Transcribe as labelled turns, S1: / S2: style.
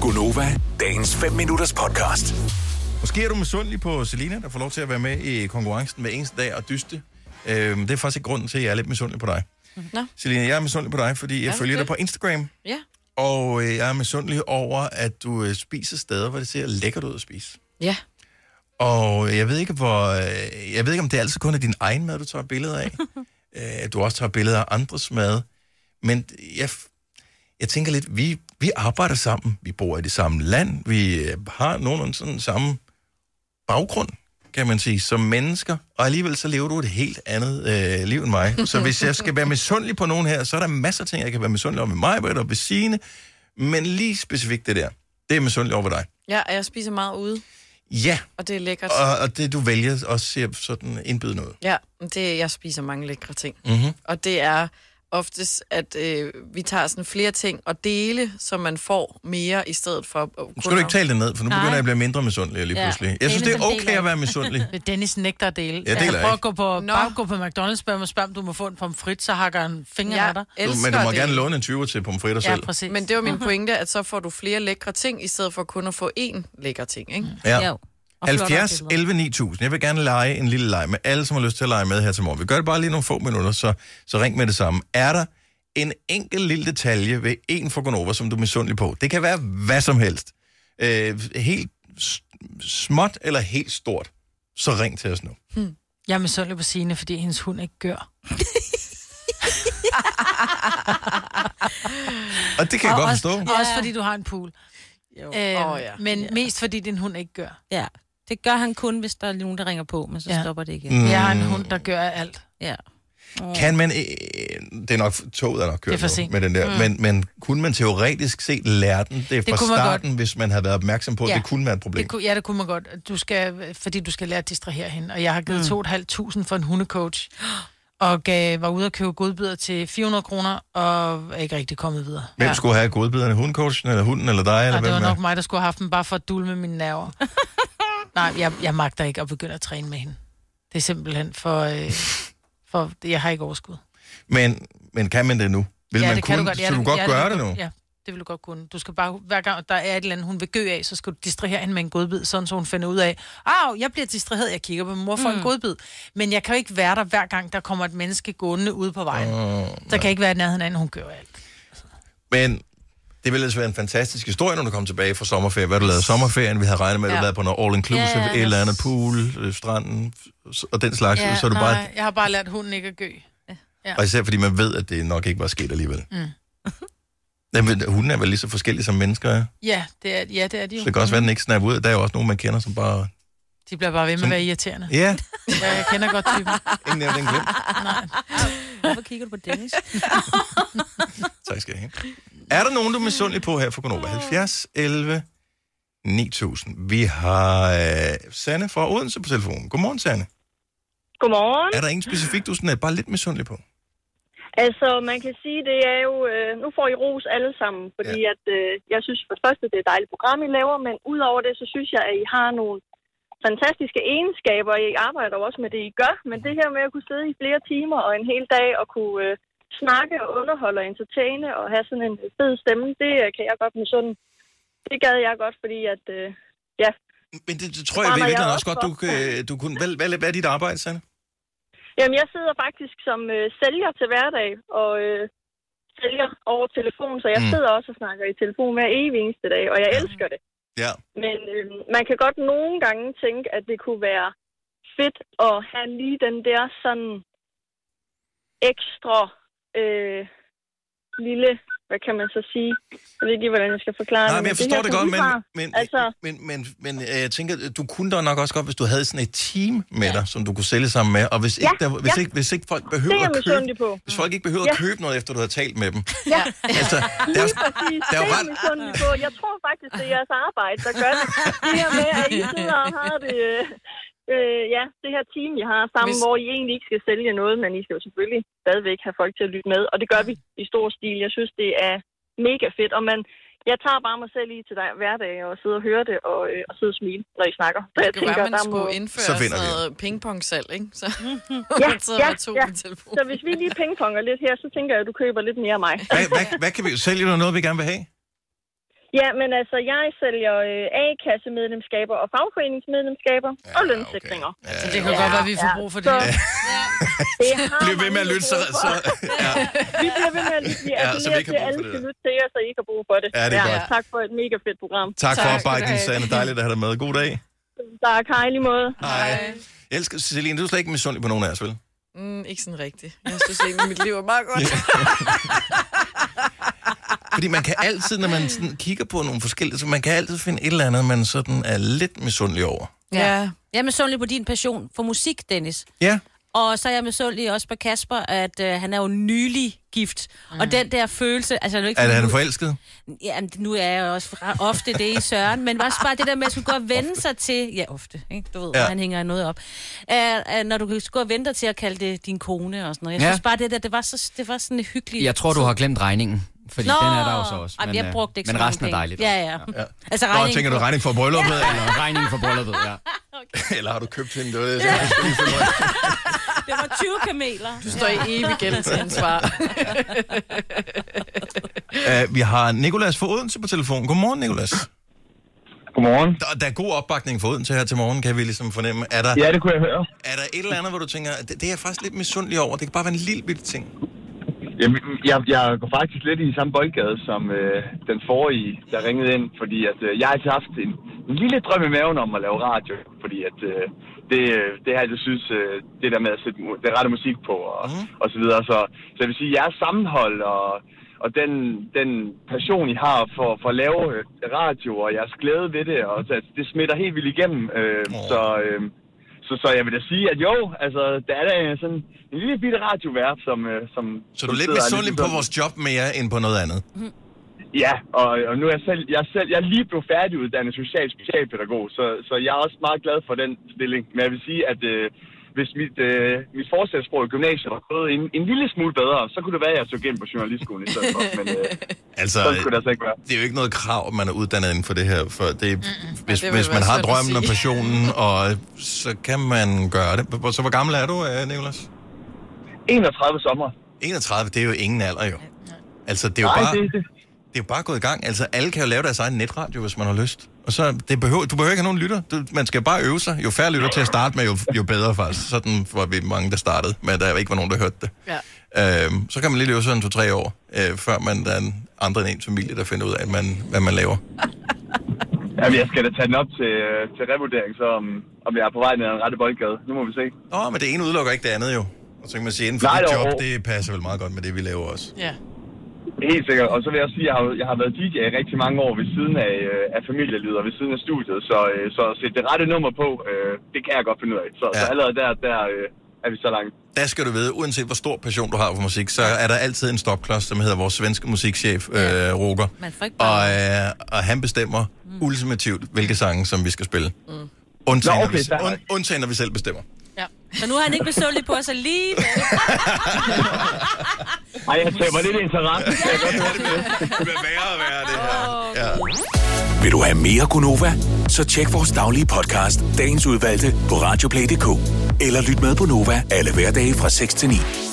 S1: Gunova, dagens 5 minutters podcast.
S2: Måske er du misundelig på Selina, der får lov til at være med i konkurrencen hver eneste dag og dyste. Øhm, det er faktisk ikke grunden til, at jeg er lidt misundelig på dig.
S3: Mhm. Nå.
S2: Selina, jeg er misundelig på dig, fordi jeg
S3: Er du
S2: følger
S3: det?
S2: dig på Instagram,
S3: Ja.
S2: og øh, jeg er misundelig over, at du øh, spiser steder, hvor det ser lækkert ud at spise.
S3: Ja.
S2: Og jeg ved ikke, hvor, øh, jeg ved ikke om det altid kun er din egen mad, du tager billeder af. øh, at du også tager billeder af andres mad. Men jeg, f- jeg tænker lidt, vi, vi arbejder sammen. Vi bor i det samme land. Vi øh, har nogenlunde sådan samme baggrund, kan man sige, som mennesker. Og alligevel så lever du et helt andet øh, liv end mig. Så hvis jeg skal være misundelig på nogen her, så er der masser af ting, jeg kan være misundelig over med mig, Britt, og ved Signe. Men lige specifikt det der, det er misundelig over ved dig.
S3: Ja, og jeg spiser meget ude,
S2: Ja,
S3: og det er lækkert.
S4: Altså-
S2: og, og det, du vælger, også ser sådan indbydende ud.
S3: Ja, men det, jeg spiser mange lækre ting.
S2: Mm-hmm.
S3: Og det er oftest, at øh, vi tager sådan flere ting og dele, så man får mere i stedet for... at
S2: Nu skal
S3: kun
S2: du
S3: at-
S2: ikke tale det ned, for nu
S4: Nej.
S2: begynder jeg at blive mindre misundelig lige
S4: Ja.
S2: pludselig. Jeg synes,
S4: Det
S2: det
S4: er
S2: er
S4: ligesom en del
S2: okay
S4: af
S2: at være misundelig.
S4: Det er Dennis nægter at dele.
S2: Jeg deler
S4: jeg prøver
S2: ikke.
S4: at gå på,
S3: Nå.
S4: bare gå på McDonald's, spørg mig, spørg, om du må få en pomfrit, så hakker han fingeren af
S3: Jeg
S4: dig.
S2: Du,
S3: elsker
S2: men du må
S3: det.
S2: gerne låne en 20 til pomfritter
S4: Ja,
S2: selv.
S4: præcis.
S3: Men det var min pointe, at så får du flere lækre ting, i stedet for kun at få én lækker ting, ikke?
S5: Mm.
S2: Ja.
S6: Jo. Og flottere
S2: 70
S6: billeder.
S2: 11 9000. Jeg vil gerne lege en lille leg med alle, som har lyst til at lege med her til morgen. Vi gør det bare lige nogle få minutter, så, så ring med det samme. Er der en enkelt lille detalje ved en for Gonova, som du er misundelig på? Det kan være hvad som helst. Øh, helt s- småt eller helt stort. Så ring til os nu.
S4: Jeg er misundelig på Signe, fordi hendes hund ikke gør.
S2: Og det kan jeg
S4: og
S2: godt
S4: også,
S2: forstå.
S4: Og også fordi du har en pool.
S3: Jo.
S4: Øhm,
S3: Åh, ja.
S4: Men mest fordi din hund ikke gør.
S6: Ja. Det gør han kun, hvis der er nogen, der ringer på, men så
S4: Ja.
S6: stopper det igen.
S2: Mm.
S4: Jeg har en hund, der gør alt.
S6: Ja.
S2: Kan man... Øh, det er nok... Toget er nok kørt
S4: Det er
S2: nu
S4: for sent.
S2: med den der. Mm. Men, men kunne man teoretisk set lære den det fra
S4: kunne man
S2: starten, hvis man havde været opmærksom på, at ja.
S4: Ja.
S2: det kunne være et problem?
S4: Det kunne, ja, det kunne man godt. Du skal, fordi du skal lære at distrahere hende. Og jeg har givet mm. 2.500 for en hundecoach. Og gav, var ude at købe godbidder til 400 kroner, og er ikke rigtig kommet videre.
S2: Hvem
S4: ja.
S2: skulle have godbiderne? Hundcoachen, eller hunden, eller dig, eller
S4: Nej, det
S2: hvem?
S4: var nok
S2: er?
S4: mig, der skulle have haft den, bare for at dulme med mine nerver. Nej, jeg, jeg magter ikke at begynde at træne med hende. Det er simpelthen for... Øh, for jeg har ikke overskud.
S2: Men, men kan man det nu? Vil man
S4: det
S2: kunne?
S4: Ja,
S2: så du godt
S4: ja,
S2: gøre
S4: vil
S2: det
S4: du-
S2: nu?
S4: Ja, det vil du godt kunne. Du skal bare, hver gang der er et eller andet, hun vil gø af, så skal du distrahere hende med en godbid, sådan så hun finder ud af, au, jeg bliver distraheret, jeg kigger på min mor for mm. en godbid. Men jeg kan jo ikke være der, hver gang der kommer et menneske gående ude på vejen. Mm.
S2: Åh,
S4: Så kan jeg ikke være i nærheden af, hende, hun gør alt.
S2: Men det ville altså være en fantastisk historie, når du kom tilbage fra sommerferie. Hvad du lavede i sommerferien, vi havde regnet med, at du
S4: Ja.
S2: ja. lavede på noget all-inclusive,
S6: Ja,
S2: et eller andet pool, øh, stranden s- og den slags. Altså, så er du bare...
S4: jeg har bare lært hunden ikke at gø.
S2: Og især fordi man ved, at det nok ikke var sket alligevel. Mm. Jamen, hunden er vel lige så forskellige som mennesker er.
S4: Ja, det er, ja, det er de jo.
S2: Så det kan også være, at den ikke snapper ud. Der er jo også nogen, man kender, som bare...
S4: De bliver bare ved med at være irriterende.
S2: Ja,
S4: Ja, jeg kender godt typen.
S2: ingen af den glemt.
S7: Mm.
S6: Hvorfor kigger du på Dennis?
S2: Tak skal I have. Er der nogen, du er misundelig på her for Konoba? 70, 11, 9000. Vi har øh, Sanne fra Odense på telefonen. Godmorgen, Sanne.
S5: Godmorgen.
S2: Er der ingen specifik, du sådan er bare lidt misundelig på?
S5: Altså, man kan sige, det er jo... Øh, nu får I ros alle sammen, fordi ja. at, øh, jeg synes for det første, det er et dejligt program, I laver, men udover det, så synes jeg, at I har nogle fantastiske egenskaber, og I arbejder jo også med det, I gør, men det her med at kunne sidde i flere timer og en hel dag og kunne øh, snakke og underholde og entertaine og have sådan en fed stemme, det øh, kan jeg godt med sådan. Det gad jeg godt, fordi at... Øh, ja,
S2: Men det, det tror jeg, jeg
S5: brænder jeg
S2: virkelig også
S5: også
S2: godt, du, kan- du kunne... Hvad, hvad, hvad er dit arbejde, Sanne?
S5: Jamen, jeg sidder faktisk som øh, sælger til hverdag, og øh, sælger over telefon, så jeg
S2: Mm.
S5: mm. sidder også og snakker i telefon hver evig eneste dag, og jeg elsker det.
S2: Ja.
S5: Men øh, man kan godt nogle gange tænke, at det kunne være fedt at have lige den der sådan ekstra øh, lille, hvad kan man så sige? Jeg ved ikke lige, hvordan jeg skal forklare
S2: Nej, men jeg forstår
S5: her,
S2: det
S5: som
S2: godt,
S5: I
S2: men,
S5: har-
S2: men,
S5: Altså-
S2: men, men, men øh, jeg tænker, du kunne da nok også godt, hvis du havde sådan et team med dig, som du kunne sælge sammen med, og hvis, ikke, der, hvis,
S5: ja.
S2: ikke, hvis ikke folk
S5: Det er
S2: behøver
S5: jeg
S2: at købe,
S5: misundelig på.
S2: hvis folk ikke behøver at købe noget, efter du har talt med dem.
S5: Ja.
S2: Altså, der,
S5: Lige præcis.
S2: der er
S5: Det er
S2: jo
S5: jeg
S2: ret-
S5: misundelig på. Jeg tror faktisk, det er jeres arbejde, der gør det. Det her med, at I sidder og har det... øh, Øh, ja, det her team, I har sammen,
S3: Hvis-
S5: Hvis... hvor I egentlig ikke skal sælge noget, men I skal jo selvfølgelig stadigvæk have folk til at lytte med, og det gør vi i stor stil. Jeg synes, det er mega fedt, og man, jeg tager bare mig selv i til dig hver dag og sidder og hører det og, øh, og sidder og smile, når I snakker. Så jeg
S3: Det kunne
S5: tænker,
S3: være, man
S5: der må... Mhm.
S3: skulle indføre
S2: Så
S3: så
S2: finder
S3: sådan
S2: vi den.
S3: noget pingpong-salg, ikke? Så
S5: Ja,
S3: man sidder
S5: ja,
S3: med to
S5: ja.
S3: på telefonen.
S5: Så hvis vi lige pingponger lidt her, så tænker jeg, at du køber lidt mere af mig.
S2: Hvad, hvad, hvad kan vi, sælger du noget, vi gerne vil have?
S5: Ja, men altså, jeg sælger øh, A-kassemedlemskaber og fagforeningsmedlemskaber ja, og lønsikringer. Okay.
S4: Så det kan godt være, vi får brug for det.
S5: Så, det har
S2: Bliv ved med
S5: man
S2: at
S5: ikke
S2: lytte, så,
S5: brug for.
S2: så ja.
S5: Vi bliver ved med at lytte. Vi
S2: Ja, så vi
S5: appellerer
S2: ikke har brug
S5: til, at alle
S2: for det
S5: skal
S2: der.
S5: lytte til jer, så I ikke har brug for det.
S2: Ja, det er godt.
S5: Tak for et mega fedt program.
S2: Tak for
S3: Tak.
S2: opbakningen, Sanne. Dejligt at have dig med. God dag.
S5: Tak, hej i lige måde.
S2: Hej. Jeg elsker Cecilie. Du er slet ikke misundelig på nogen af os, vel?
S3: Mm, ikke sådan rigtigt. Jeg synes egentlig, mit liv er meget godt.
S2: Fordi man kan altid, når man sådan kigger på nogle forskellige, så man kan altid finde et eller andet, man sådan er lidt misundelig over.
S3: Ja.
S6: Jeg er misundelig på din passion for musik, Dennis.
S2: Ja.
S6: Og så er jeg misundelig også på Kasper, at øh, han er jo nylig gift. Mm. Og den der følelse... Altså, nu ikke,
S2: Er det, han er forelsket?
S6: Jamen, nu er jeg jo også fra- ofte det i Søren, men også bare det der med, at skulle gå og vende sig til... Ja, ofte. Ikke? Du ved,
S2: Ja.
S6: ja. han hænger noget op. Uh, uh, når du kan gå og vente dig til at kalde det din kone og sådan noget. Jeg
S7: Ja.
S6: ja. synes bare, det der, det var, så, det var sådan en hyggelig...
S7: Jeg tror, du har glemt regningen, fordi
S6: Nå,
S7: den er der også også.
S6: Ej, men, jeg
S7: øh,
S6: brugte ikke
S7: men
S6: så mange
S7: resten er
S6: penge.
S7: dejligt.
S6: Ja, ja. ja. altså,
S2: Nå, tænker du
S6: på-
S2: regning for brylluppet, ja. eller,
S7: Eller regningen for brylluppet, ja.
S2: eller har du købt hende? Det var det, jeg skulle lige finde ud af.
S6: Det var 20 kameler.
S3: Du står i evig gældsansvar.
S2: Uh, vi har Nikolas fra Odense på telefonen. Godmorgen, Nikolas.
S8: Godmorgen.
S2: Der, der er god opbakning fra Odense her til morgen, kan vi ligesom fornemme. Er der,
S8: Ja, det kunne jeg høre.
S2: er der et eller andet, hvor du tænker, at det, det er jeg faktisk lidt misundelig over? Det kan bare være en lille bitte ting.
S8: Jeg, mm, jeg, jeg går faktisk lidt i samme boldgade som øh, den forrige, der ringede ind, fordi at, øh, jeg har altid haft en, en lille drøm i maven om at lave radio, fordi at, øh, det, øh, det har jeg altid synes, øh, det der med at sætte mu- den rette musik på og, mm. og så videre. Så, så jeg vil sige, jeres sammenhold og, og den, den passion, I har for, for at lave øh, radio og jeres glæde ved det, og, så, det smitter helt vildt igennem. Øh,
S2: Åh.
S8: Så... Øh, så, så jeg vil da sige, at jo, altså, der er da sådan en lille bitte radiovært, som, øh, som...
S2: Så du
S8: som
S2: er lidt
S8: sidder ligesom-
S2: misundelig på
S8: sådan-
S2: vores job mere end på noget andet.
S8: Ja, og, og nu er jeg selv, jeg er selv... Jeg er lige blevet færdiguddannet social specialpædagog, så, så jeg er også meget glad for den stilling. Men jeg vil sige, at øh, hvis mit, øh, mit fortsættelsesprog i gymnasiet var gået en, en lille smule bedre, så kunne det være, at jeg tog gennem på journalistskolen i stedet for. Men øh,
S2: Altså,
S8: sådan skulle det altså ikke være.
S2: det er jo ikke noget krav, at man er uddannet inden for det her. For det, hvis,
S3: det
S2: det
S3: vil
S2: hvis
S3: være
S2: man har
S3: svært at
S2: drømmen og
S3: sige.
S2: passionen, og så kan man gøre det. Hvor- Så hvor gammel er du, øh, Nicolas?
S8: 31 sommer.
S2: 31, det er jo ingen alder jo. Altså, det er jo,
S8: Nej,
S2: bare,
S8: det,
S2: det
S8: det,
S2: er jo bare gået i gang. Altså, alle kan jo lave deres egen netradio, hvis man har lyst. Og så, det behøver, du behøver ikke have nogen lytter. Du, man skal bare øve sig. Jo færre lytter til at starte med, jo, jo bedre faktisk. Sådan var vi mange, der startede, men der ikke var nogen, der hørte det.
S3: Ja.
S2: Øhm, så kan man lige løbe sådan to-tre år, øh, før man der er en, andre end en familie, der finder ud af, at man, hvad man laver.
S8: jamen, jeg skal da tage den op til, øh, til revurdering, så om, om jeg er på vej ned ad den rette boldgade. Nu må vi se.
S2: Nå, men det ene udelukker ikke det andet jo. Og så kan man sige, inden for
S8: Nej,
S2: dit
S8: det er
S2: job,
S8: overhovedet-
S2: det passer vel meget godt med det, vi laver også.
S3: ja.
S8: Helt sikkert. Og så vil jeg også sige, at jeg har, jeg har været DJ i rigtig mange år ved siden af, øh, af familielivet og ved siden af studiet. Så, øh, så at sætte det rette nummer på, øh, det kan jeg godt finde ud af.
S2: Ja.
S8: Så, ja. så allerede der, der øh, er vi så langt.
S2: Der skal du vide, uanset hvor stor passion du har for musik, så er der altid en stopklods, som hedder vores svenske musikchef, øh, Roger.
S6: Man får ikke bare...
S2: Og, øh, og han bestemmer mm. ultimativt, hvilke sange, som vi skal spille. Mm. Undtagen,
S8: Nå,
S2: Nå,
S8: okay,
S2: okay, vi,
S8: fair nok.
S2: und, undtagen, når vi selv bestemmer.
S6: Så nu er han ikke misundelig på os lige.
S8: Ej, jeg taber lidt interesse. kan jeg godt høre.
S2: Det vil være at være det her. Ja.
S1: Vil du have mere Gunova? Så tjek vores daglige podcast, dagens udvalgte, på radioplay.dk. Eller lyt med på Nova alle hverdage fra 6 til 9.